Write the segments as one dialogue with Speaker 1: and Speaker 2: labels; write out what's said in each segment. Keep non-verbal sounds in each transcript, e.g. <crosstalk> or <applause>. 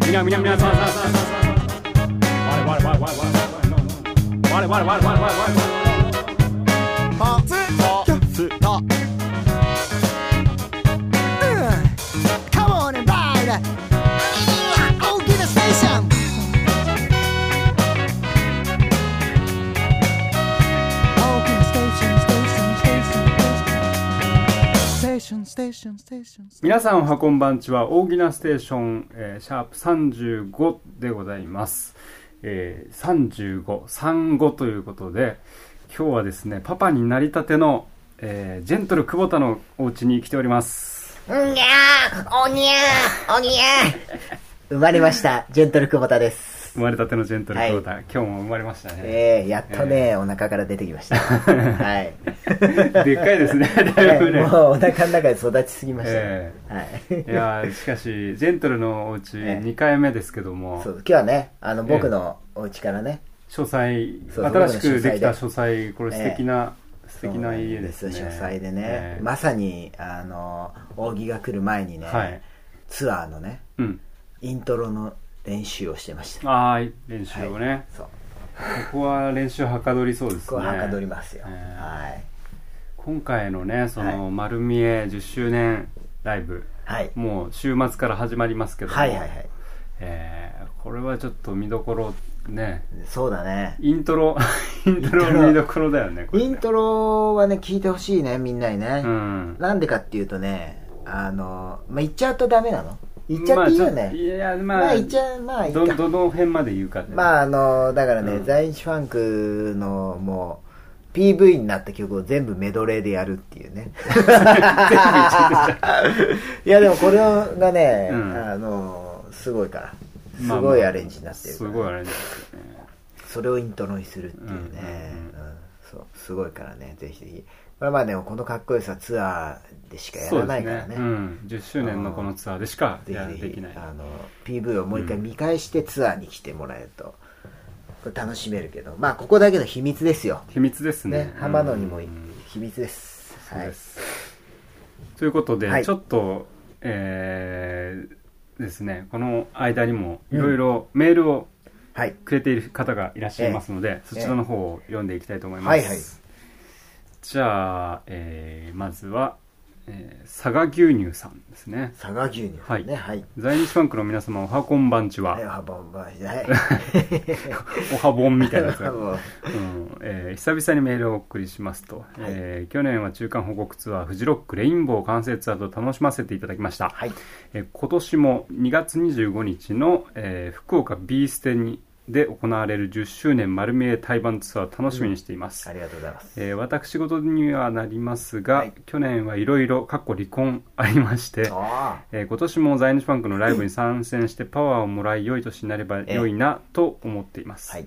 Speaker 1: 皆皆皆さんさんさんさんさん我我我我我我我我我我我我
Speaker 2: ポツポツとうんカモンバイ大きなステーション大きなステーションステーションステーションステーションステーションステーションステーション
Speaker 1: 皆さんおはこんばんちは大きなステーション、えーシャープ35でございます、えー、3535ということで今日はですねパパになりたての、えージェントル久保田のお家に来ております
Speaker 3: んにゃーおにゃーおにゃー生まれました、ジェントル久保田です。
Speaker 1: 生まれたてのジェントル久保田、今日も生まれましたね、
Speaker 3: ええやっとね、お腹から出てきました。はい。
Speaker 1: <laughs> でっかいです
Speaker 3: <laughs>
Speaker 1: ねだいぶね、
Speaker 3: もうお腹の中で育ちすぎましたね
Speaker 1: え。
Speaker 3: はい。
Speaker 1: いやーしかしジェントルのお家
Speaker 3: ええ
Speaker 1: 2回目ですけども、
Speaker 3: そう、今日はね、あの、
Speaker 1: ええ
Speaker 3: 僕のお家からね、
Speaker 1: 書斎
Speaker 3: そう
Speaker 1: 新しくできた
Speaker 3: 僕
Speaker 1: 書斎これ素敵な、素敵な家です
Speaker 3: そう
Speaker 1: ね
Speaker 3: なん書斎でね、
Speaker 1: ええ
Speaker 3: まさに、あの、扇が来る前にね、
Speaker 1: はい
Speaker 3: ツアーのね、
Speaker 1: うん
Speaker 3: イントロの練習をしてました。
Speaker 1: ああ練習をね、
Speaker 3: そう。
Speaker 1: ここは練習はかどりそうですね
Speaker 3: ここははかどりますよ。
Speaker 1: ええ
Speaker 3: はい。
Speaker 1: 今回のねその、
Speaker 3: は
Speaker 1: 丸見え10周年ライブ
Speaker 3: はい。
Speaker 1: もう週末から始まりますけども
Speaker 3: はいはいはい。
Speaker 1: えーこれはちょっと見どころね
Speaker 3: そうだね。
Speaker 1: イントロ <laughs> イントロの見どころだよねこれ
Speaker 3: イントロはね、聞いてほしいね、みんなにね。
Speaker 1: うん
Speaker 3: なんでかっていうとね、あの、まあ、言っちゃうとダメなの言っちゃっていいよ
Speaker 1: まあちょい
Speaker 3: ね。
Speaker 1: やま
Speaker 3: ま
Speaker 1: あ、
Speaker 3: あ、言っちゃう、まあ、いい
Speaker 1: ど
Speaker 3: か。
Speaker 1: どの辺まで言うかね
Speaker 3: まあ、あの、だからね、
Speaker 1: うん
Speaker 3: 在日ファンクの、もう、PV になった曲を全部メドレーでやるっていうね。 <laughs> いや、でもこれがね、
Speaker 1: うん
Speaker 3: あの、すごいから。す
Speaker 1: まあ
Speaker 3: ごいアレンジになってる
Speaker 1: す
Speaker 3: から、
Speaker 1: ごいアレンジですよね
Speaker 3: それをイントロにするっていうね、
Speaker 1: うん
Speaker 3: うんそうすごいからねぜひぜひまあまあでもこのかっこよさツアーでしかやらないから
Speaker 1: そ
Speaker 3: ね
Speaker 1: うですうん、10周年のこのツアーでしか
Speaker 3: ぜ
Speaker 1: や
Speaker 3: ひぜ
Speaker 1: で
Speaker 3: ひ
Speaker 1: きない
Speaker 3: あの PV をもう一回見返してツアーに来てもらえると、これ楽しめるけどまあここだけの秘密ですよ
Speaker 1: 秘密ですね
Speaker 3: ね浜野にも
Speaker 1: うん
Speaker 3: 秘密です、
Speaker 1: そう
Speaker 3: はい
Speaker 1: です、ということで、
Speaker 3: はい
Speaker 1: ちょっとえーですねこの間にもいろいろメールを
Speaker 3: はい
Speaker 1: くれている方がいらっしゃいますので、そちらの方を読んでいきたいと思います、
Speaker 3: はいはい
Speaker 1: じゃあ、えーまずは、えー佐賀牛乳さんですね
Speaker 3: 佐賀牛乳
Speaker 1: はい
Speaker 3: ねはい
Speaker 1: 在日ファンクの皆様おはこんばんちは、
Speaker 3: はいはばんばんはい
Speaker 1: おはぼん <laughs> みたいなやつが、うん
Speaker 3: <laughs> もう
Speaker 1: えー久々にメールをお送りしますと、えー去年は中間報告ツアーフジロックレインボー完成ツアーと楽しませていただきました、
Speaker 3: はい
Speaker 1: えー今年も2月25日の、えー福岡 B ステにで行われる10周年丸見え対バンツアー楽しみにしています、
Speaker 3: ありがとうございます
Speaker 1: えー私事にはなりますが、
Speaker 3: はい
Speaker 1: 去年はいろいろかっこ離婚ありまして
Speaker 3: あ
Speaker 1: えー今年も在日ファンクのライブに参戦してパワーをもらい良い年になれば良いなと思っていま
Speaker 3: あ
Speaker 1: す、
Speaker 3: はい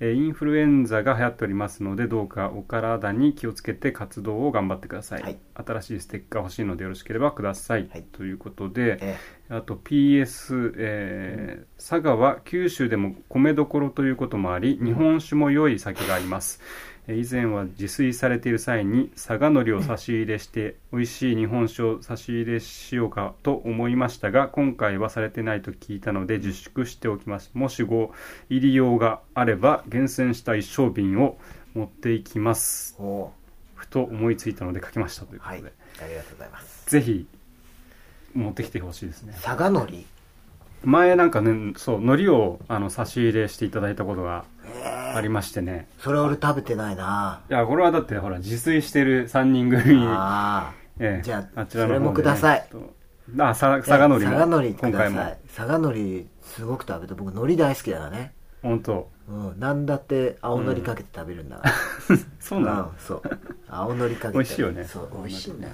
Speaker 1: えーインフルエンザが流行っておりますのでどうかお体に気をつけて活動を頑張ってください、
Speaker 3: はい
Speaker 1: 新しいステッカー欲しいのでよろしければください、
Speaker 3: はい
Speaker 1: ということで
Speaker 3: え
Speaker 1: あと PS、えー佐賀は九州でも米どころということもあり日本酒も良い酒がありますえー以前は自炊されている際に佐賀のりを差し入れして美味しい日本酒を差し入れしようかと思いましたが今回はされてないと聞いたので自粛しておきますもしご入り用があれば厳選した一升瓶を持っていきます
Speaker 3: ーお
Speaker 1: ふと思いついたので書きましたという
Speaker 3: ー
Speaker 1: こと
Speaker 3: は
Speaker 1: で、
Speaker 3: いありがとうございます
Speaker 1: ぜひ持ってきてほしいですね
Speaker 3: 佐賀のり
Speaker 1: 前なんかねそう海苔をあの差し入れしていただいたことがありましてね
Speaker 3: それ俺食べてな
Speaker 1: <laughs>
Speaker 3: いない
Speaker 1: やこれはだってほら自炊してる3人組
Speaker 3: ああ
Speaker 1: ええ
Speaker 3: じゃあ
Speaker 1: 方で
Speaker 3: それもください
Speaker 1: ちょっとあさ佐賀のりも
Speaker 3: 佐賀のりく
Speaker 1: 今
Speaker 3: だ
Speaker 1: 回も
Speaker 3: さい佐賀のりすごく食べて僕のり大好きだからね
Speaker 1: 本当
Speaker 3: うん何だって青のりかけて食べるんだから、
Speaker 1: <laughs> そうなの
Speaker 3: んそう青のりかけて
Speaker 1: 美味しいよね
Speaker 3: そう美味しいんだよ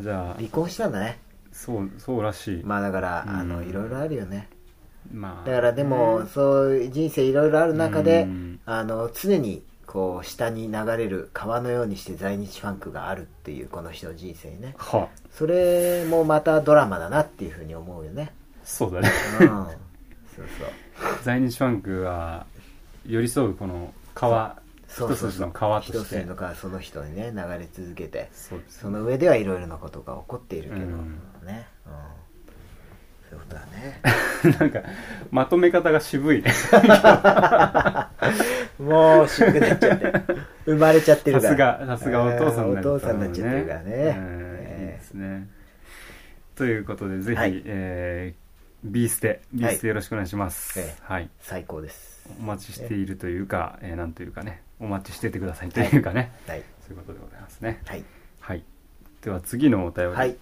Speaker 1: あじゃあ
Speaker 3: 離婚したんだね
Speaker 1: そうそうらしいま
Speaker 3: まあだから、
Speaker 1: うん
Speaker 3: あのいろいろあるよね
Speaker 1: まあ
Speaker 3: だからでも、そういう人生いろいろある中で、
Speaker 1: うん
Speaker 3: あの常にこう下に流れる川のようにして在日ファンクがあるっていうこの人の人生ね
Speaker 1: は
Speaker 3: それもまたドラマだなっていうふうに思うよね
Speaker 1: そう
Speaker 3: <laughs>
Speaker 1: だね
Speaker 3: うんそうそう
Speaker 1: 在日ファンクは寄り添うこの川
Speaker 3: そうそ
Speaker 1: 一
Speaker 3: うそう
Speaker 1: 筋の川と
Speaker 3: 一
Speaker 1: して
Speaker 3: 筋の川その人にね流れ続けて
Speaker 1: そうです
Speaker 3: その上ではいろいろなことが起こっているけど、
Speaker 1: うん <laughs>
Speaker 3: ね、うん、そういうことだね
Speaker 1: なんかまとめ方が渋いね
Speaker 3: もう渋くなっちゃって生まれちゃってる
Speaker 1: さ
Speaker 3: か
Speaker 1: すが
Speaker 3: ら
Speaker 1: さすがお父さんになる
Speaker 3: お父さんになっちゃってるから
Speaker 1: う
Speaker 3: ね、
Speaker 1: んいい
Speaker 3: え
Speaker 1: ですねということでぜひ、
Speaker 3: はい
Speaker 1: えービーステビーステよろしくお願いします、
Speaker 3: ええ
Speaker 1: はい
Speaker 3: ー最高です
Speaker 1: お待ちしているというか、えーなんというかねお待ちしててくださいというかね、
Speaker 3: はい
Speaker 1: そういうことでございますね
Speaker 3: はい
Speaker 1: はいでは次のお便り、
Speaker 3: はい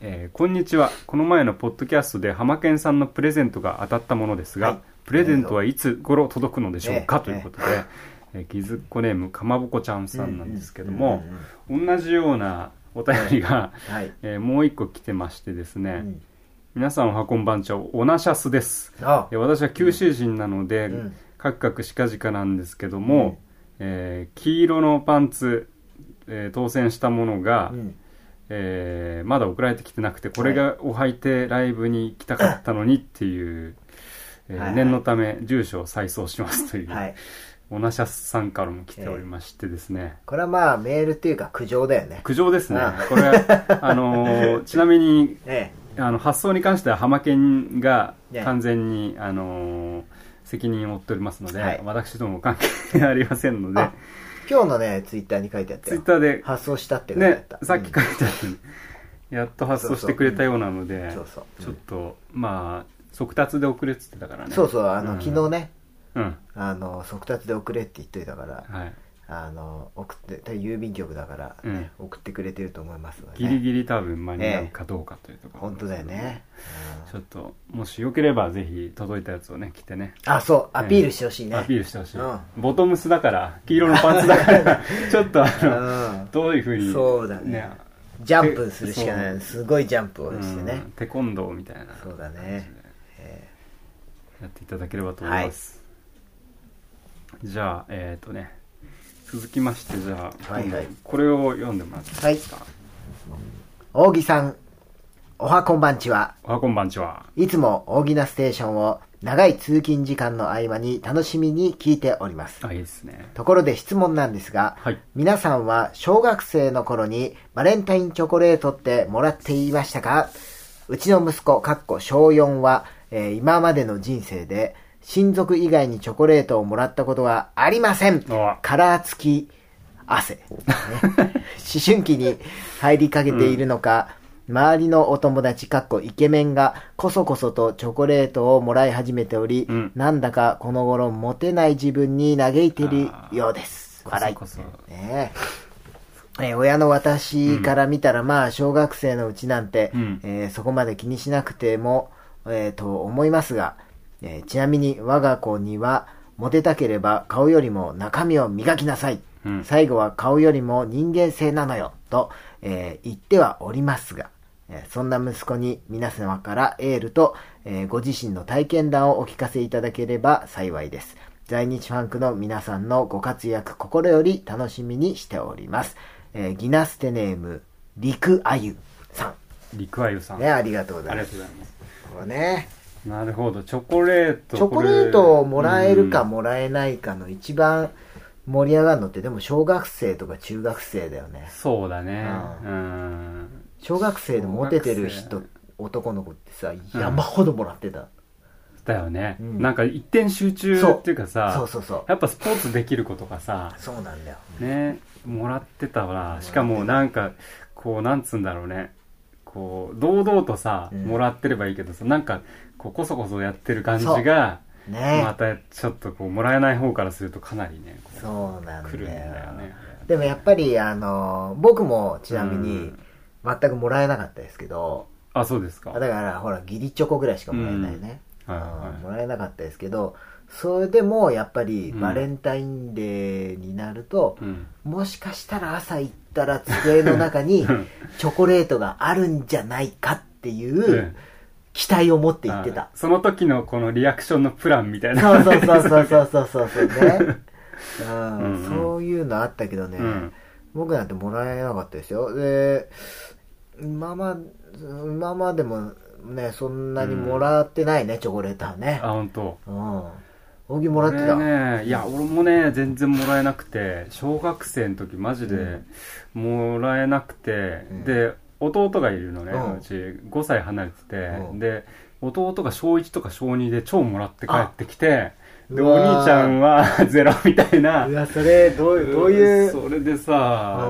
Speaker 1: えーこんにちはこの前のポッドキャストで浜県さんのプレゼントが当たったものですが、
Speaker 3: はい
Speaker 1: プレゼントはいつ頃届くのでしょうか、
Speaker 3: ね
Speaker 1: ということで、えーギズッコネームかまぼこちゃんさんなんですけども
Speaker 3: うんうんうん、
Speaker 1: 同じようなお便りが、
Speaker 3: はい
Speaker 1: えーもう一個来てましてですね、
Speaker 3: うん
Speaker 1: 皆さんおはこんばんちはオナシャスです
Speaker 3: あ
Speaker 1: えー私は九州人なので、
Speaker 3: うん
Speaker 1: カクカクしかじかなんですけども、えー黄色のパンツ、えー当選したものが、
Speaker 3: うん
Speaker 1: えーまだ送られてきてなくてこれがを履いてライブに行きたかったのにっていう、えー
Speaker 3: はいはい
Speaker 1: 念のため住所を再送しますという、
Speaker 3: はい
Speaker 1: オナシャスさんからも来ておりましてですね、
Speaker 3: これはまあメールっていうか苦情だよね
Speaker 1: 苦情ですね、
Speaker 3: ああ
Speaker 1: これはあの
Speaker 3: <laughs>
Speaker 1: ーちなみに
Speaker 3: え
Speaker 1: あの発送に関しては浜県が
Speaker 3: ね
Speaker 1: 完全に、あのー責任を負っておりますので、
Speaker 3: はい
Speaker 1: 私ども関係ありませんの
Speaker 3: え
Speaker 1: で
Speaker 3: あ今日のねツイッターに書いてあった
Speaker 1: ツイッ
Speaker 3: よ
Speaker 1: ターで
Speaker 3: 発送したって書いてあっ
Speaker 1: ね
Speaker 3: た、
Speaker 1: さっき書いてあった、やっと発送してくれたようなので、
Speaker 3: そうそう
Speaker 1: ちょっと、まあ、速達で送れっつってたから
Speaker 3: うん
Speaker 1: ね。
Speaker 3: そうそうあの、
Speaker 1: ん
Speaker 3: 昨日ね
Speaker 1: うん。
Speaker 3: あの速達で送れって言っといたから
Speaker 1: はい。
Speaker 3: あの送って多分郵便局だから、ね送ってくれてると思いますので、
Speaker 1: ギ
Speaker 3: ね、
Speaker 1: リギリ多分間に合うかどうかというところ、
Speaker 3: 本当だよね、
Speaker 1: ちょっと、もしよければぜひ届いたやつをね、着てね。
Speaker 3: あそうアピールしてほしいね
Speaker 1: アピールしてほしい、
Speaker 3: うん
Speaker 1: ボトムスだから、黄色のパンツだから、
Speaker 3: <laughs>
Speaker 1: ちょっとあ
Speaker 3: うん
Speaker 1: の、どういうふうに。
Speaker 3: そうだねジャンプするしかな
Speaker 1: そう
Speaker 3: いすごいジャンプを
Speaker 1: うん
Speaker 3: してね、
Speaker 1: テコンドーみたいな。
Speaker 3: そうだね、え
Speaker 1: やっていただければと思います、じゃあえっ、とね続きましてじゃあ、
Speaker 3: はいはい
Speaker 1: これを読んでもらっていいですか、
Speaker 3: ー、大木さんおはこんばんちは
Speaker 1: おはこんばんちはい
Speaker 3: つも大木なステーションを長い通勤時間の合間に楽しみに聞いております
Speaker 1: あいいですね
Speaker 3: ところで質問なんですが、
Speaker 1: はい
Speaker 3: 皆さんは小学生の頃にバレンタインチョコレートってもらっていましたかうちの息子、かっこ小4は、えー今までの人生で親族以外にチョコレートをもらったことがありません
Speaker 1: うわ
Speaker 3: カラー付き
Speaker 1: <laughs>
Speaker 3: 汗、ね思春期に入りかけているのか、周りのお友達かっこイケメンがこそこそとチョコレートをもらい始めており、
Speaker 1: うん
Speaker 3: なんだかこの頃モテない自分に嘆いているようです。笑い。
Speaker 1: こそこ
Speaker 3: ねええー親の私から見たら、まあ、小学生のうちなんて、
Speaker 1: うん
Speaker 3: えーそこまで気にしなくても、えーと思いますが、えーちなみに我が子には、モテたければ顔よりも中身を磨きなさい。
Speaker 1: うん
Speaker 3: 最後は顔よりも人間性なのよ、と、えー言ってはおりますが、えーそんな息子に皆様からエールと、えーご自身の体験談をお聞かせいただければ幸いです。在日ファンクの皆さんのご活躍心より楽しみにしております。えーギナステネーム、リクアユさ
Speaker 1: そリクアユさ
Speaker 3: ん。
Speaker 1: ん、
Speaker 3: ね、ありがとうござ
Speaker 1: あ
Speaker 3: い
Speaker 1: りが
Speaker 3: ま
Speaker 1: と
Speaker 3: す。
Speaker 1: うございます
Speaker 3: これね、
Speaker 1: なるほどチョコレート
Speaker 3: チョコレートをもらえるか
Speaker 1: も、
Speaker 3: もらえないかの一番盛り上がるのって、でも小学生とか中学生だよね
Speaker 1: うん。そうだね
Speaker 3: う
Speaker 1: うん
Speaker 3: 小学生でモテてる
Speaker 1: 小
Speaker 3: 人
Speaker 1: 学
Speaker 3: 男の子ってさ山ほどもらってた、
Speaker 1: だよね、
Speaker 3: うん
Speaker 1: なんか一点集中
Speaker 3: そう
Speaker 1: っていうかさ
Speaker 3: そうそうそう
Speaker 1: やっぱスポーツできる子とかさ
Speaker 3: そうなんだよ
Speaker 1: ねもらってたわしかもなんかこうなんつうんだろうねこう堂々とさ、
Speaker 3: うん
Speaker 1: もらってればいいけどさなんかこうこそこそやってる感じが
Speaker 3: ね
Speaker 1: またちょっとこうもらえない方からするとかなりねこう
Speaker 3: そうなんだ
Speaker 1: 来る
Speaker 3: よ
Speaker 1: んだよね
Speaker 3: でもやっぱりあの僕もちなみ
Speaker 1: う
Speaker 3: に
Speaker 1: ん
Speaker 3: 全くもらえなかったですけど、
Speaker 1: あそうですか
Speaker 3: だからほら義理チョコぐらいしかもらえないね、
Speaker 1: うんはいはい
Speaker 3: うんもらえなかったですけどそれでもやっぱりバレンタインデーになると、 <laughs>
Speaker 1: うん
Speaker 3: もしかしたら朝行ったら机の中にチョコレートがあるんじゃないかっていう期待を持って行って
Speaker 1: あ
Speaker 3: <laughs> た。
Speaker 1: その時のこのリアクションのプランみたいな
Speaker 3: そうそうそうそうそうそうそうそう
Speaker 1: <laughs>
Speaker 3: ね。う
Speaker 1: うん
Speaker 3: ん
Speaker 1: うん
Speaker 3: そういうのあったけどね、
Speaker 1: うん
Speaker 3: 僕なんてもらえなかったですよ。で、今ま、今までもね、そんなにもらってないね、チョコレートはね
Speaker 1: あ。本当。
Speaker 3: うん。扇もらってた。
Speaker 1: 俺ねいや俺もね全然もらえなくて小学生の時マジでもらえなくて、
Speaker 3: ん
Speaker 1: で弟がいるのね、う
Speaker 3: うん
Speaker 1: うち5歳離れてて、
Speaker 3: うん
Speaker 1: で弟が小1とか小2で超もらって帰ってきてで
Speaker 3: う
Speaker 1: お
Speaker 3: わー
Speaker 1: 兄ちゃんは <laughs> ゼロみたいな
Speaker 3: うわそれどういうどういう、
Speaker 1: それで
Speaker 3: う
Speaker 1: さ、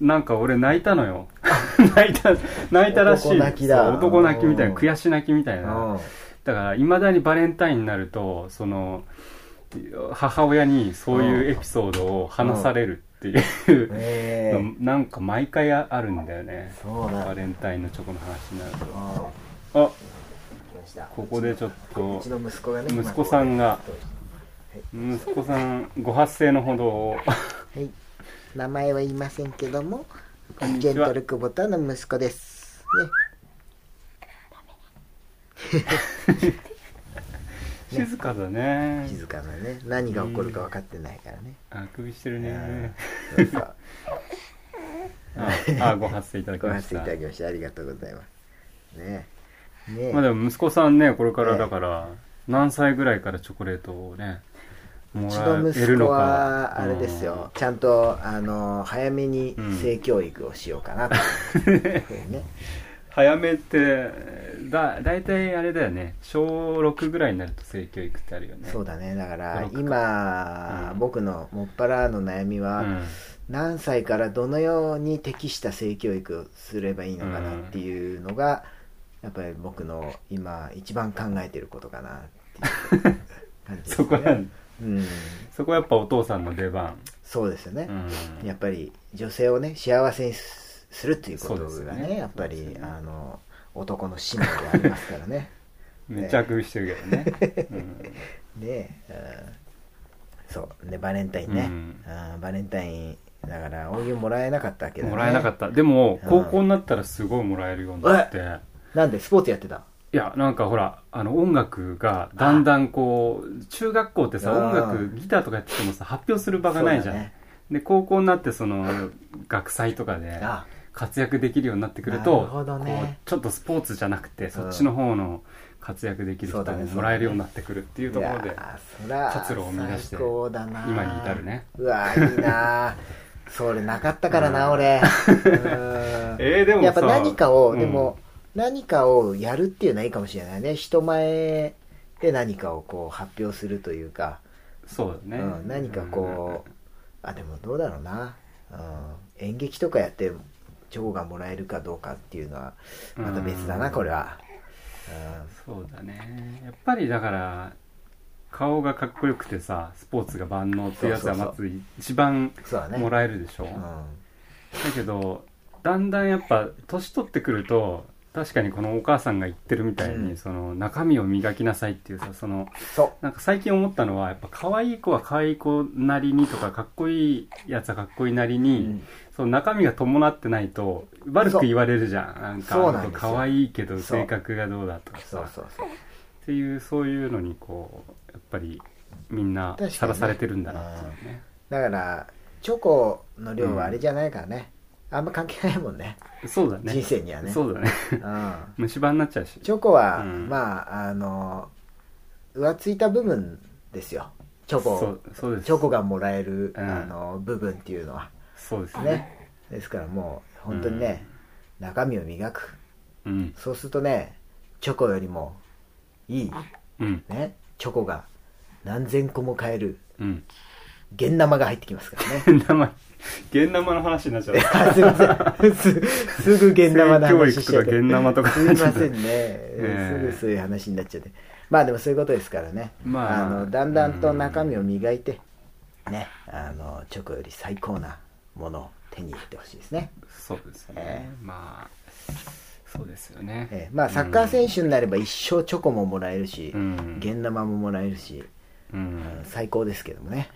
Speaker 3: ん、
Speaker 1: なんか俺泣いたのよ <laughs> 泣いた泣いたらしい
Speaker 3: 男泣きだ
Speaker 1: そう男泣きみたいな
Speaker 3: うん
Speaker 1: 悔し泣きみたいな、
Speaker 3: うん
Speaker 1: だからいまだにバレンタインになるとその母親にそういうエピソードを話されるっていう、
Speaker 3: えー
Speaker 1: なんか毎回あるんだよね
Speaker 3: そうなんだ
Speaker 1: バレンタインのチョコの話になると
Speaker 3: うん
Speaker 1: あ
Speaker 3: 来ました
Speaker 1: ここでちょっ
Speaker 3: う
Speaker 1: と
Speaker 3: ちの息子がね
Speaker 1: 息子さんが息子さんご発声のほど
Speaker 3: <laughs>
Speaker 1: を
Speaker 2: はい、名前は言いませんけども
Speaker 1: こんにち
Speaker 2: ジ
Speaker 1: は
Speaker 2: ェントルクボタの息子です、ね、
Speaker 1: 静かだね
Speaker 3: 静かなね何が起こるか分かってないからね
Speaker 1: あくびしてるね
Speaker 3: そうそう
Speaker 1: ああご発声いただき
Speaker 3: ご
Speaker 1: ま
Speaker 3: 発
Speaker 1: し
Speaker 3: 声い
Speaker 1: た
Speaker 3: ただきましてありがとうございますねね
Speaker 1: まあでも息子さんねこれからだから何歳ぐらいからチョコレートをねも
Speaker 3: うち
Speaker 1: ら
Speaker 3: の
Speaker 1: える
Speaker 3: 息
Speaker 1: の
Speaker 3: 子
Speaker 1: か
Speaker 3: はあれですよ、ちゃんとあの早めに性教育をしようかな
Speaker 1: <laughs>
Speaker 3: と、ね、
Speaker 1: 早めってだ大体あれだよね小6ぐらいになると性教育ってあるよね
Speaker 3: そうだねだから
Speaker 1: 努力
Speaker 3: 今、
Speaker 1: うん
Speaker 3: 僕のもっぱらの悩みは、
Speaker 1: うん
Speaker 3: 何歳からどのように適した性教育をすればいいのかなっていうのが、やっぱり僕の今一番考えてることかなっていう感じです
Speaker 1: <laughs> そこは
Speaker 3: ね。うん、
Speaker 1: そこはやっぱお父さんの出番、
Speaker 3: そうですよね、
Speaker 1: うん
Speaker 3: やっぱり女性をね幸せにすするっていうこと
Speaker 1: そう
Speaker 3: が
Speaker 1: です
Speaker 3: ね
Speaker 1: よね
Speaker 3: やっぱり、
Speaker 1: そうですよね
Speaker 3: あの男の使命でありますか
Speaker 1: <laughs>
Speaker 3: らね
Speaker 1: めっちゃあくびしてるけどね、
Speaker 3: <laughs>
Speaker 1: うん
Speaker 3: で、うんそうでバレンタインね、
Speaker 1: うん
Speaker 3: あーバレンタインだからお湯もらえなかったわけだね
Speaker 1: もらえなかったでも高校になったらすごいもらえるようになって、
Speaker 3: なんでスポーツやってた
Speaker 1: いやなんかほらあの音楽がだんだんこう中学校ってさ
Speaker 3: うん
Speaker 1: 音楽ギターとかやっててもさ発表する場がないじゃん、
Speaker 3: そうだね
Speaker 1: で高校になってその学祭とかで
Speaker 3: あ
Speaker 1: 活躍できるようになってくる
Speaker 3: な
Speaker 1: と
Speaker 3: るほどね
Speaker 1: こうちょっとスポーツじゃなくてそっちの方の活躍できる人
Speaker 3: そうだ
Speaker 1: も
Speaker 3: ね
Speaker 1: もらえるようになってくるっていうところ
Speaker 3: い
Speaker 1: で
Speaker 3: やーそら
Speaker 1: 活路を見出して
Speaker 3: 最高だな
Speaker 1: 今に至るね
Speaker 3: うわーい
Speaker 1: <laughs>
Speaker 3: いなーそれなかったからな、俺
Speaker 1: え
Speaker 3: え
Speaker 1: ーでもさ
Speaker 3: やっぱ何かを、
Speaker 1: うん
Speaker 3: でも何かをやるっていうのはいいかもしれないね人前で何かをこう発表するというか、
Speaker 1: そうだね、
Speaker 3: うん、何かこうあでもどうだろうな、うん、演劇とかやってチョコがもらえるかどうかっていうのはまた別だな、
Speaker 1: うん
Speaker 3: これは、
Speaker 1: そうだねやっぱりだから顔がかっこよくてさスポーツが万能っていうやつは
Speaker 3: そう
Speaker 1: ま
Speaker 3: そう
Speaker 1: ず一番
Speaker 3: うん、そうだね
Speaker 1: もらえるでしょ、
Speaker 3: うん
Speaker 1: だけどだんだんやっぱ年取ってくると確かにこのお母さんが言ってるみたいに、
Speaker 3: うん
Speaker 1: その中身を磨きなさいっていうさその
Speaker 3: そう
Speaker 1: なんか最近思ったのはやっぱ可愛い子は可愛い子なりにとかかっこいいやつはかっこいいなりに、
Speaker 3: うん
Speaker 1: その中身が伴ってないと悪く言われるじゃんなんか
Speaker 3: そう
Speaker 1: あ
Speaker 3: なん
Speaker 1: の
Speaker 3: です
Speaker 1: 子
Speaker 3: よ
Speaker 1: 可愛いけど
Speaker 3: そう
Speaker 1: 性格がどうだとかさ
Speaker 3: そうそうそう
Speaker 1: っていうそういうのにこうやっぱりみんな
Speaker 3: 確かにね
Speaker 1: さらされてるんだなっていうね
Speaker 3: <laughs> だからチョコの量はあれじゃないからね、あんま関係ないもんね、
Speaker 1: そうだね
Speaker 3: 人生にはね
Speaker 1: そうだね
Speaker 3: うん、
Speaker 1: 虫歯になっちゃうし
Speaker 3: チョコは、
Speaker 1: うん
Speaker 3: まああの浮ついた部分ですよチョ
Speaker 1: そ
Speaker 3: コ
Speaker 1: うそうです
Speaker 3: チョコがもらえる、
Speaker 1: うん
Speaker 3: あの部分っていうのは
Speaker 1: そうですね
Speaker 3: ねですからもう本当にね、中身を磨く
Speaker 1: うん
Speaker 3: そうするとねチョコよりもいい
Speaker 1: うん
Speaker 3: ねチョコが何千個も買える
Speaker 1: うん <laughs>
Speaker 3: 現生が入ってきますからね
Speaker 1: 生現生の話になっちゃう
Speaker 3: あすいません。すす <laughs> ぐ現生の話しちゃっ
Speaker 1: 性教育
Speaker 3: て
Speaker 1: とか現生とか
Speaker 3: すいませんね。
Speaker 1: え
Speaker 3: すぐそういう話になっちゃって。まあでもそういうことですからね。
Speaker 1: まあ
Speaker 3: あ、のだんだんと中身を磨いて、ね、あの、チョコより最高なものを手に入れてほしいですね。
Speaker 1: そうですね
Speaker 3: え
Speaker 1: まあそうですよね
Speaker 3: えーまあサッカー選手になれば一生チョコももらえるし、
Speaker 1: うん
Speaker 3: 現生ももらえるし、
Speaker 1: うん
Speaker 3: 最高ですけどもね。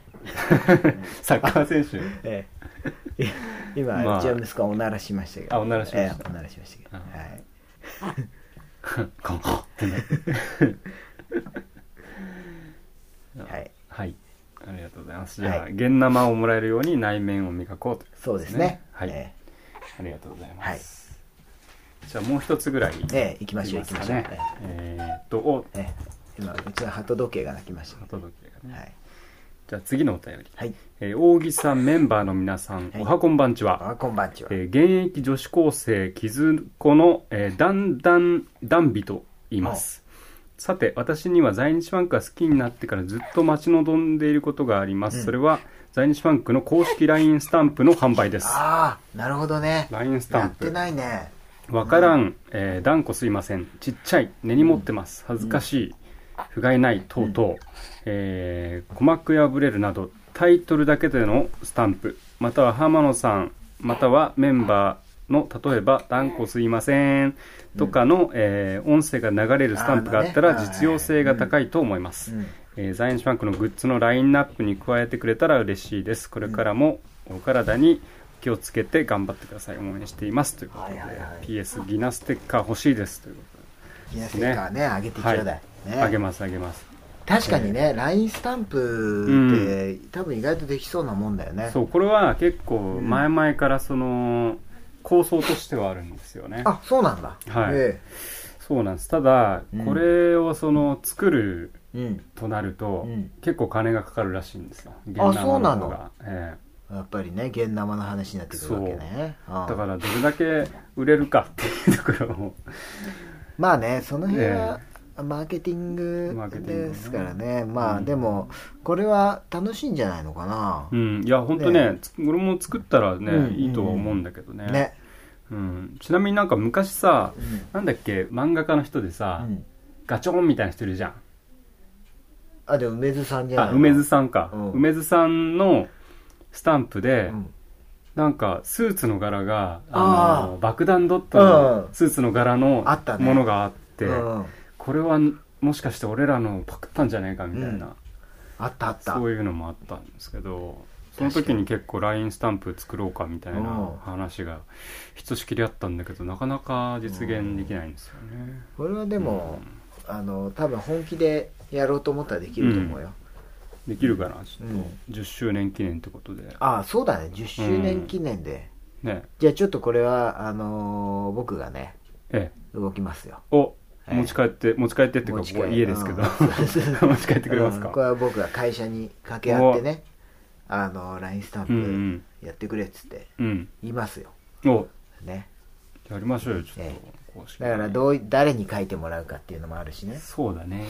Speaker 1: サッカー選手
Speaker 3: え
Speaker 1: <laughs>
Speaker 3: えいや今、
Speaker 1: まあ
Speaker 3: うちの息子はおならしましたけど。
Speaker 1: あおならしました
Speaker 3: ええおならしましたけど。
Speaker 1: あ
Speaker 3: はい。
Speaker 1: カンカンってなる
Speaker 3: はい
Speaker 1: はいありがとうございますじゃあ、現生をもらえるように内面を磨こうという
Speaker 3: そうですね。
Speaker 1: はい、
Speaker 3: え
Speaker 1: ありがとうございます、じゃあもう一つぐらい
Speaker 3: えええ行きましょう、
Speaker 1: い
Speaker 3: 行き
Speaker 1: ま
Speaker 3: ますしょ
Speaker 1: か
Speaker 3: う。
Speaker 1: ね
Speaker 3: ええ
Speaker 1: えーっとお
Speaker 3: ええ今うちの鳩時計が鳴きましたね
Speaker 1: お届けがね、
Speaker 3: はい
Speaker 1: じゃあ次のお便り、
Speaker 3: はい。
Speaker 1: えー大木さんメンバーの皆さん、
Speaker 3: はい
Speaker 1: おはこんばんちは
Speaker 3: あ、こんばんちは。
Speaker 1: えー現役女子高生きずこの、えー、だんだんだんびと言いますさて私には在日ファンクが好きになってからずっと待ち望んでいることがあります、それは在日ファンクの公式 LINE スタンプの販売です
Speaker 3: ああ、なるほどね。
Speaker 1: LINE スタ
Speaker 3: や
Speaker 1: ン
Speaker 3: って
Speaker 1: プ
Speaker 3: ないね。
Speaker 1: わからん、えー断固すいませんちっちゃい根に持ってます恥ずかしい、不甲斐ない等々、えー鼓膜破れるなどタイトルだけでのスタンプまたは浜野さんまたはメンバーの例えば「断固すいません」とかの、えー音声が流れるスタンプがあった
Speaker 3: あ
Speaker 1: ら
Speaker 3: ーだね
Speaker 1: 実用性が高いと思います、
Speaker 3: うん
Speaker 1: えーザインシュバンクのグッズのラインナップに加えてくれたら嬉しいですこれからもお体に気をつけて頑張ってください応援していますということで、
Speaker 3: はいはいはい
Speaker 1: PS ギナステッカー欲しいですというこ
Speaker 3: ギナステッカーね、あげて
Speaker 1: と
Speaker 3: ち
Speaker 1: で、
Speaker 3: ょうだい。ね
Speaker 1: あげますあげます
Speaker 3: 確かにね、LINE スタンプって、多分意外とできそうなもんだよね。
Speaker 1: そうこれは結構前々からその構想としてはあるんですよね
Speaker 3: あ、そうなんだ。
Speaker 1: はい
Speaker 3: え
Speaker 1: そうなんですただ
Speaker 3: うん
Speaker 1: これをその作る
Speaker 3: えうん。
Speaker 1: となると
Speaker 3: うん
Speaker 1: 結構金がかかるらしいんですよ
Speaker 3: あそうな
Speaker 1: 現生方
Speaker 3: の
Speaker 1: がええ
Speaker 3: やっぱりね、現生の話になってくるわけね。ああ
Speaker 1: だからどれだけ売れるかっていうところも
Speaker 3: まあね、その辺は、マーケティング
Speaker 1: マーケティングね
Speaker 3: ですからね。まあ、
Speaker 1: うん
Speaker 3: でも、これは楽しいんじゃないのかな。
Speaker 1: うん、いや本当ねつ俺も作ったらね、
Speaker 3: うん
Speaker 1: いいとは思うんだけどね
Speaker 3: ね。
Speaker 1: うん、ちなみになんか昔さ、
Speaker 3: うん
Speaker 1: なんだっけ漫画家の人でさ、
Speaker 3: うん
Speaker 1: ガチョンみたいな人いるじゃん
Speaker 3: あ、でも梅津さんじゃない
Speaker 1: あ
Speaker 3: の
Speaker 1: 梅津さんか、
Speaker 3: うん
Speaker 1: 梅津さんのスタンプで、
Speaker 3: うん
Speaker 1: なんかスーツの柄が
Speaker 3: あ
Speaker 1: あの爆弾ドットのスーツの柄の
Speaker 3: あったね
Speaker 1: ものがあって、
Speaker 3: うん
Speaker 1: これはもしかして俺らのパクったんじゃないかみたいな、
Speaker 3: うんあったあった。
Speaker 1: そういうのもあったんですけどその時に結構 LINE スタンプ作ろうかみたいな話がひとしきりあったんだけどなかなか実現できないんですよね、
Speaker 3: これはでも、あの多分本気でやろうと思ったらできると思うよ、
Speaker 1: できるかなちょっと、
Speaker 3: うん
Speaker 1: 10周年記念ってことで
Speaker 3: ああそうだね10周年記念で、
Speaker 1: ね
Speaker 3: じゃあちょっとこれはあのー僕がね
Speaker 1: ええ
Speaker 3: 動きますよ
Speaker 1: お
Speaker 3: はい
Speaker 1: 持ち帰って持ち帰ってっていうか
Speaker 3: 持
Speaker 1: こ
Speaker 3: ち帰
Speaker 1: こは家ですけど、
Speaker 3: うん
Speaker 1: <laughs> 持ち帰ってくれます
Speaker 3: う
Speaker 1: か
Speaker 3: んこれは僕が会社に掛け合ってねあの LINE スタ
Speaker 1: うんう
Speaker 3: ン
Speaker 1: ん
Speaker 3: プやってくれっつって
Speaker 1: うん
Speaker 3: 言いますよ、
Speaker 1: お
Speaker 3: ね
Speaker 1: やりましょうよちょっ
Speaker 3: え
Speaker 1: と公式
Speaker 3: だからどうい誰に書いてもらうかっていうのもあるしね
Speaker 1: そうだね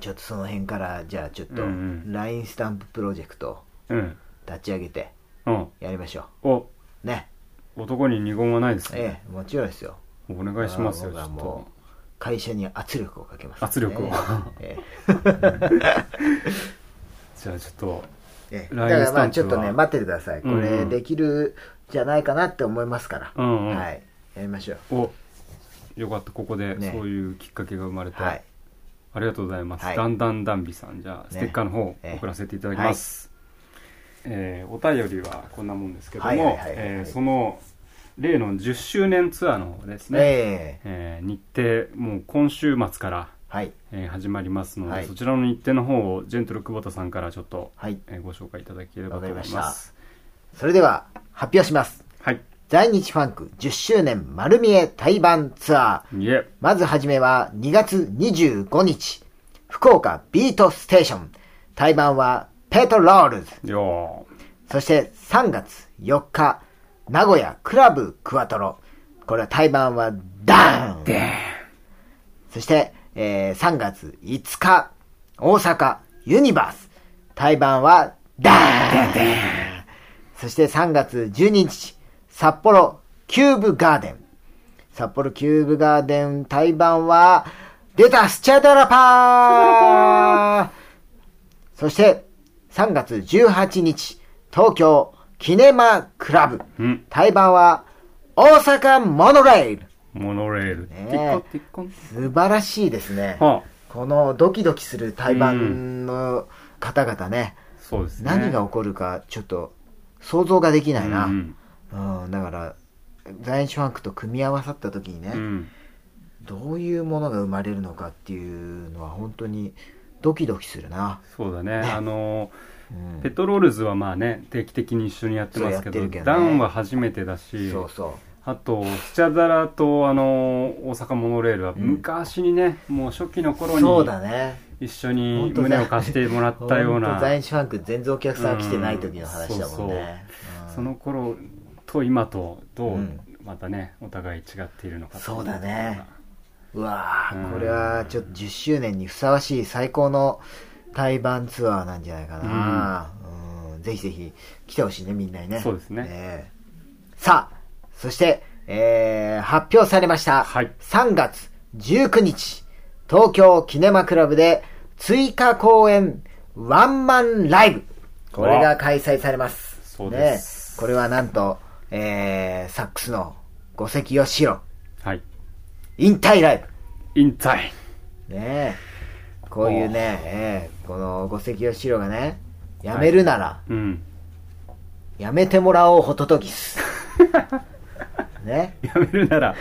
Speaker 3: ちょっとその辺からじゃあちょっと
Speaker 1: うんうん
Speaker 3: LINE スタンププロジェクトを
Speaker 1: うん
Speaker 3: 立ち上げて
Speaker 1: うん
Speaker 3: やりましょ
Speaker 1: お
Speaker 3: うね
Speaker 1: 男に二言はないですね、
Speaker 3: ええもちろんですよ
Speaker 1: お願いしますよ
Speaker 3: あ
Speaker 1: ちょ
Speaker 3: 僕は
Speaker 1: っと
Speaker 3: もう会社に圧力をかけます、
Speaker 1: 圧力を
Speaker 3: え
Speaker 1: <laughs> じゃあちょっと
Speaker 3: えええだか
Speaker 1: LINE
Speaker 3: らまあ
Speaker 1: ス
Speaker 3: ち
Speaker 1: タンプは
Speaker 3: ょっとね待っててくださいこ
Speaker 1: うんう
Speaker 3: れ
Speaker 1: ん
Speaker 3: できるじゃないかなって思いますから、
Speaker 1: うんうん
Speaker 3: はいやりましょう
Speaker 1: およかったここで
Speaker 3: ね
Speaker 1: そういうきっかけが生まれて、
Speaker 3: はい
Speaker 1: ありがとうございます、
Speaker 3: はい
Speaker 1: だんだんだんびさんじゃあステッカーの方
Speaker 3: ええ
Speaker 1: 送らせていただきます、えーお便りはこんなもんですけども
Speaker 3: はいはいはいはい
Speaker 1: えーその例の10周年ツアーの方ですね、
Speaker 3: ええ
Speaker 1: えー日程もう今週末から、
Speaker 3: はい
Speaker 1: えー始まりますので、
Speaker 3: はい
Speaker 1: そちらの日程の方をジェントル久保田さんからちょっと、
Speaker 3: はい
Speaker 1: えーご紹介いただければ
Speaker 3: わ
Speaker 1: と
Speaker 3: か
Speaker 1: 思
Speaker 3: り
Speaker 1: いま
Speaker 3: まし
Speaker 1: す
Speaker 3: たそれでは発表します
Speaker 1: はい
Speaker 3: 在日ファンク10周年丸見え対バンツアー
Speaker 1: いえ
Speaker 3: まずはじめは2月25日福岡ビートステーション対バンはペトロールズ
Speaker 1: よ
Speaker 3: そして3月4日、名古屋クラブクワトロ。これは台湾はダーンそして、えー3月5日、大阪ユニバース。台湾はダーンそして3月12日、札幌キューブガーデン。札幌キューブガーデン台湾は、出たスチャダラパーそして、3月18日、東京キネマクラブ。
Speaker 1: ーうん
Speaker 3: 対バンは、大阪モノレール。
Speaker 1: モノレール、
Speaker 3: ねえ
Speaker 1: ティッコティッコン
Speaker 3: 素晴らしいですね。
Speaker 1: はあ
Speaker 3: このドキドキする対バンの方々ね、
Speaker 1: そうですね
Speaker 3: 何が起こるかちょっと想像ができないな。
Speaker 1: う
Speaker 3: うんん、だから、ザインシュワンクと組み合わさった時にね、
Speaker 1: うん
Speaker 3: どういうものが生まれるのかっていうのは本当にドキドキするな。
Speaker 1: そうだね、あの
Speaker 3: うん
Speaker 1: ペトロールズはまあね定期的に一緒にやってますけ
Speaker 3: そう
Speaker 1: ど
Speaker 3: やってるけど
Speaker 1: ダ
Speaker 3: ね
Speaker 1: ウンは初めてだし
Speaker 3: そうそう。
Speaker 1: あとスチャダラとあの大阪モノレールは昔にね、もう初期の頃に
Speaker 3: そうだね。
Speaker 1: 一緒に
Speaker 3: 本当だ
Speaker 1: 胸を貸してもらったよう
Speaker 3: <laughs> ほんと
Speaker 1: な
Speaker 3: 在日ファンク全然お客さん来てない時の話だもんねうん
Speaker 1: その頃と今とど
Speaker 3: う
Speaker 1: うんまたねお互い違っているのか
Speaker 3: そうだねうわ
Speaker 1: う
Speaker 3: ー
Speaker 1: ん
Speaker 3: これはちょっと10周年にふさわしい最高の対バンツアーなんじゃないかな、うんぜひぜひ来てほしいねみんなにね
Speaker 1: そうですね
Speaker 3: えさあそして、えー発表されました、
Speaker 1: はい
Speaker 3: 3月19日東京キネマクラブで追加公演ワンマンライブこれが開催されます
Speaker 1: そうです
Speaker 3: ねこれはなんと、えーサックスの五関義郎
Speaker 1: はい
Speaker 3: 引退ライブ
Speaker 1: 引退
Speaker 3: ねえこういうね、ええこの五関義郎がねやめるなら、
Speaker 1: うん
Speaker 3: やめてもらおうホトトギ
Speaker 1: <laughs>
Speaker 3: スね
Speaker 1: やめるなら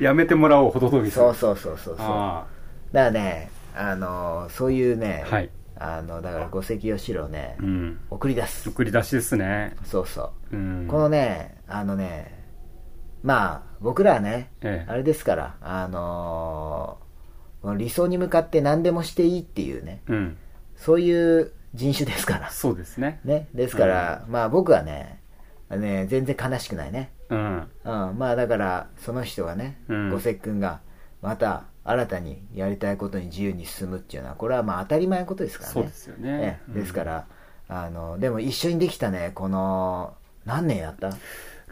Speaker 1: やめてもらおうほどどぎ
Speaker 3: そう
Speaker 1: そ
Speaker 3: そうそうそうそうだか
Speaker 1: あ
Speaker 3: らねあのそういうね、
Speaker 1: はい
Speaker 3: あのだから五関義郎ね、
Speaker 1: あうん
Speaker 3: 送り出す
Speaker 1: 送り出しですね
Speaker 3: そうそうう、
Speaker 1: ん
Speaker 3: このねあのねまあ僕らはね、
Speaker 1: ええ
Speaker 3: あれですからあのこの理想に向かって何でもしていいっていうね
Speaker 1: うん
Speaker 3: そういう人種ですから <laughs>
Speaker 1: そうですね
Speaker 3: ね、ですから、まあ僕はねね、全然悲しくないね。
Speaker 1: うん
Speaker 3: うん、まあだから、その人がね、
Speaker 1: うん
Speaker 3: 五関君が、また新たにやりたいことに自由に進むっていうのは、これはまあ当たり前のことですからね。
Speaker 1: そうですよね
Speaker 3: ね
Speaker 1: うん
Speaker 3: ですから、あの、でも一緒にできたね、この、何年やった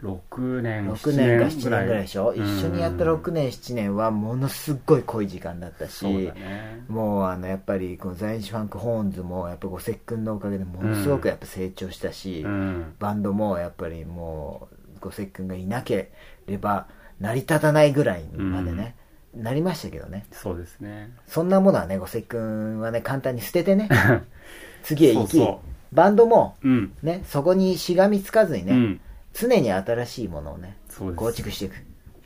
Speaker 1: 6年
Speaker 3: ?6 年か7年ぐ
Speaker 1: ぐら
Speaker 3: ら
Speaker 1: い
Speaker 3: いでしょ、一緒にやった6
Speaker 1: 年
Speaker 3: 年、7年はものすっごい濃い時間だったし、
Speaker 1: そうだね
Speaker 3: もうあのやっぱりこの在日ファンクホーンズもやっぱ五関君のおかげでものすごくやっぱ成長したし、
Speaker 1: うん
Speaker 3: バンドもやっぱりもう五関君がいなければ成り立たないぐらいまでね、なりましたけどね
Speaker 1: そうですね
Speaker 3: そんなものはね五関君はね簡単に捨ててね
Speaker 1: <laughs>
Speaker 3: 次へ行き
Speaker 1: そうそ
Speaker 3: バンドも
Speaker 1: うん
Speaker 3: ねそこにしがみつかずにね、
Speaker 1: うん
Speaker 3: 常に新しいものをね
Speaker 1: そうです
Speaker 3: 構築していく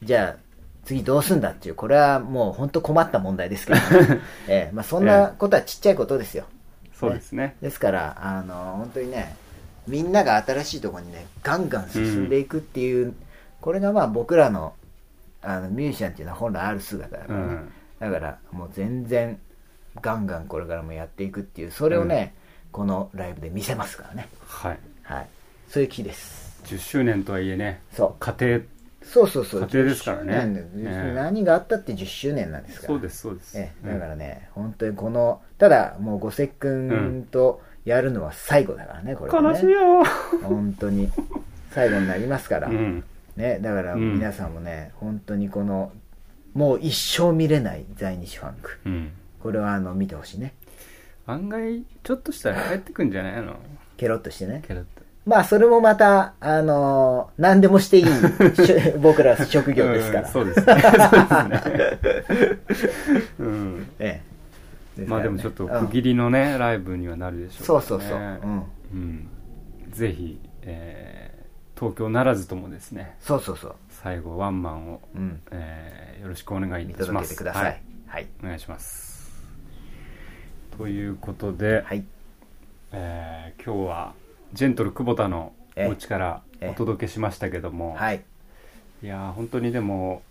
Speaker 3: じゃあ次どうすんだっていうこれはもう本当困った問題ですけど、
Speaker 1: <laughs>
Speaker 3: ねええまあ、そんなことはちっちゃいことですよ
Speaker 1: <laughs> そうですね
Speaker 3: ですからあの本当にねみんなが新しいところにねガンガン進んでいくっていう、これがまあ僕らのあのミュージシャンっていうのは本来ある姿だか
Speaker 1: う
Speaker 3: らね、
Speaker 1: ん
Speaker 3: だからもう全然ガンガンこれからもやっていくっていうそれをね、このライブで見せますからね
Speaker 1: はい
Speaker 3: はいそういう気です
Speaker 1: 10周年とはいえね
Speaker 3: そう
Speaker 1: 家庭
Speaker 3: そうそうそう
Speaker 1: 家庭ですからね
Speaker 3: 10周年で
Speaker 1: ええ
Speaker 3: 何があったって10周年なんですから
Speaker 1: そうですそうです、
Speaker 3: ええだからね、本当にこのただもう五関君とやるのは最後だからねこれはね
Speaker 1: 悲しいよ、
Speaker 3: 本当に最後になりますから、
Speaker 1: うん、
Speaker 3: ね、だから
Speaker 1: うん
Speaker 3: 皆さんもね、本当にこのもう一生見れない在日ファンク
Speaker 1: うん、
Speaker 3: これはあの見てほしいね
Speaker 1: 案外ちょっとしたら帰ってくんじゃないの
Speaker 3: ケロッとしてね
Speaker 1: けど
Speaker 3: まあそれもまたあのー何で
Speaker 1: <laughs>
Speaker 3: もしていいし僕ら職業ですから、
Speaker 1: うんそうですね <laughs> そうですね、うん
Speaker 3: ええすか
Speaker 1: まあで
Speaker 3: らね
Speaker 1: もちょっと
Speaker 3: うん
Speaker 1: 区切りのね、ライブにはなるでしょ
Speaker 3: そうう
Speaker 1: か
Speaker 3: そ
Speaker 1: ら
Speaker 3: う
Speaker 1: ね
Speaker 3: そう、うん、
Speaker 1: うんぜひ、えー東京ならずともですね
Speaker 3: そうそうそう、
Speaker 1: 最後ワンマンを、
Speaker 3: うん、
Speaker 1: えーよろしくお願いい
Speaker 3: 見
Speaker 1: たしま
Speaker 3: 届
Speaker 1: す
Speaker 3: けてください
Speaker 1: はい、
Speaker 3: はい、
Speaker 1: お願いしますということで、
Speaker 3: はい
Speaker 1: えー今日はジェントル久保田のお家から
Speaker 3: ええ
Speaker 1: お届けしましたけども、
Speaker 3: はい、
Speaker 1: いやー本当にでも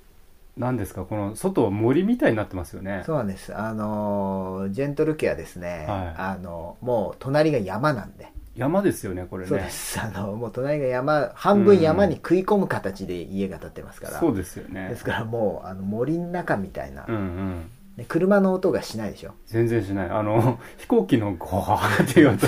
Speaker 1: 何ですかこの外森みたいになってますよね
Speaker 3: そうなんですあのージェントルケアですね、
Speaker 1: はい
Speaker 3: あのもう隣が山なんで
Speaker 1: 山ですよねこれね
Speaker 3: そうですあのもう隣が山半分山に食い込む形で家が建ってますから、
Speaker 1: そうですよね
Speaker 3: ですからもうあの森の中みたいな、
Speaker 1: うんうん
Speaker 3: で車の音がしないでしょ
Speaker 1: 全然しないあの飛行機のゴーっていう音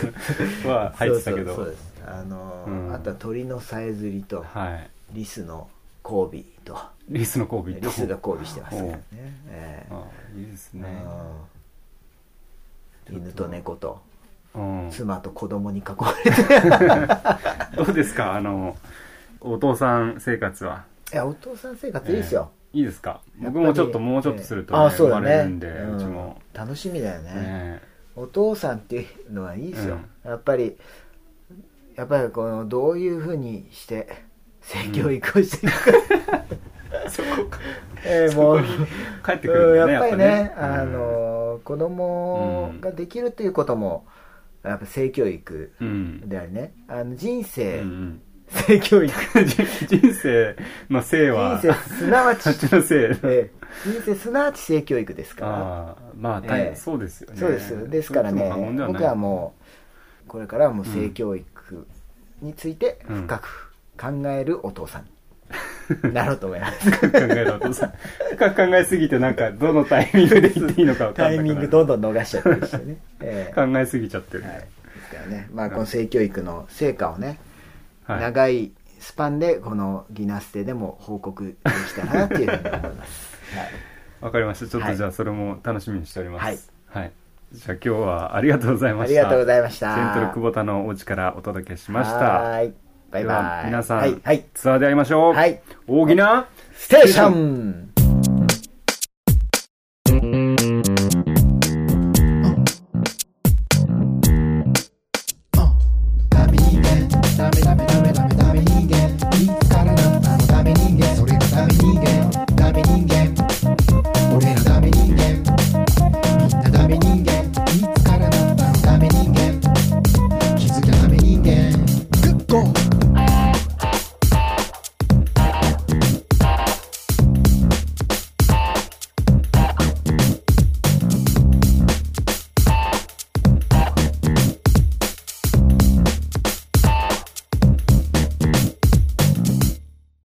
Speaker 1: は入ってたけど
Speaker 3: そうそうそうですあの、
Speaker 1: うん
Speaker 3: あとは鳥のさえずりと
Speaker 1: はい
Speaker 3: リスの交尾と
Speaker 1: リスの交尾と
Speaker 3: リスが交尾してますからね、
Speaker 1: お
Speaker 3: え
Speaker 1: あいいです
Speaker 3: え
Speaker 1: ね
Speaker 3: うん犬と猫と
Speaker 1: うん
Speaker 3: 妻と子供に囲まれて
Speaker 1: どうですかあのお父さん生活はい
Speaker 3: やお父さん生活いいですよ、
Speaker 1: えーいいですか
Speaker 3: やっ
Speaker 1: 僕
Speaker 3: ぱり
Speaker 1: もちょっともうちょっとすると、
Speaker 3: ええあそうだ
Speaker 1: 生ま
Speaker 3: ね
Speaker 1: れるんで、
Speaker 3: うん
Speaker 1: うちも、
Speaker 3: 楽しみだよね、 <laughs>
Speaker 1: ね
Speaker 3: お父さんっていうのはいいですよ、やっぱりやっぱりこのどういうふうにして性教育をしていくか、 <laughs> ええもう
Speaker 1: 帰ってく
Speaker 3: うん
Speaker 1: るんだね
Speaker 3: やっぱりね
Speaker 1: うん
Speaker 3: あの子供ができるっていうこともやっぱ性教育
Speaker 1: うん
Speaker 3: でありねあの人生
Speaker 1: うん
Speaker 3: 性教 <laughs> 育。
Speaker 1: 人生の性
Speaker 3: 人
Speaker 1: は
Speaker 3: 生、すな <laughs> わ
Speaker 1: <laughs>
Speaker 3: ち
Speaker 1: あっ、ちのせい。
Speaker 3: ええ人生すなわち性教育ですから。
Speaker 1: ああ、まあ、
Speaker 3: ええ
Speaker 1: 大そうですよね。
Speaker 3: そうです。ですから
Speaker 1: そ
Speaker 3: ね
Speaker 1: れとも過言で、
Speaker 3: 僕
Speaker 1: な
Speaker 3: はいもう、これからはもう性教育について
Speaker 1: うん
Speaker 3: 深く考えるお父さん
Speaker 1: <laughs>
Speaker 3: になろうと思います。
Speaker 1: 深く考えるお父さん。深く考えすぎて、なんか、どのタイミングで言っていいのか分か
Speaker 3: <laughs> タ
Speaker 1: んな
Speaker 3: イ
Speaker 1: くなる
Speaker 3: ミングどんどん逃しちゃったりして
Speaker 1: <laughs>
Speaker 3: ね。ええ
Speaker 1: 考えすぎちゃってる。
Speaker 3: はい。ですからね、まあこの性教育の成果をね、
Speaker 1: はい
Speaker 3: 長いスパンでこのギナステでも報告できたらなっていうふうに思います。
Speaker 1: <laughs>
Speaker 3: はい
Speaker 1: わかりました。ちょっ
Speaker 3: は
Speaker 1: と
Speaker 3: い
Speaker 1: じゃあそれも楽しみにしております。はい。じゃあ今日はありがとうございま
Speaker 3: あ
Speaker 1: した。
Speaker 3: りがとうご
Speaker 1: い
Speaker 3: ざいました。
Speaker 1: セントル久保田のお家からお届けしました。
Speaker 3: はーい。バイ
Speaker 1: で
Speaker 3: バ
Speaker 1: は
Speaker 3: イ。
Speaker 1: 皆さん、
Speaker 3: はい。はい。
Speaker 1: ツアーで会いましょう。
Speaker 3: はい。
Speaker 1: 大きな
Speaker 3: ステーション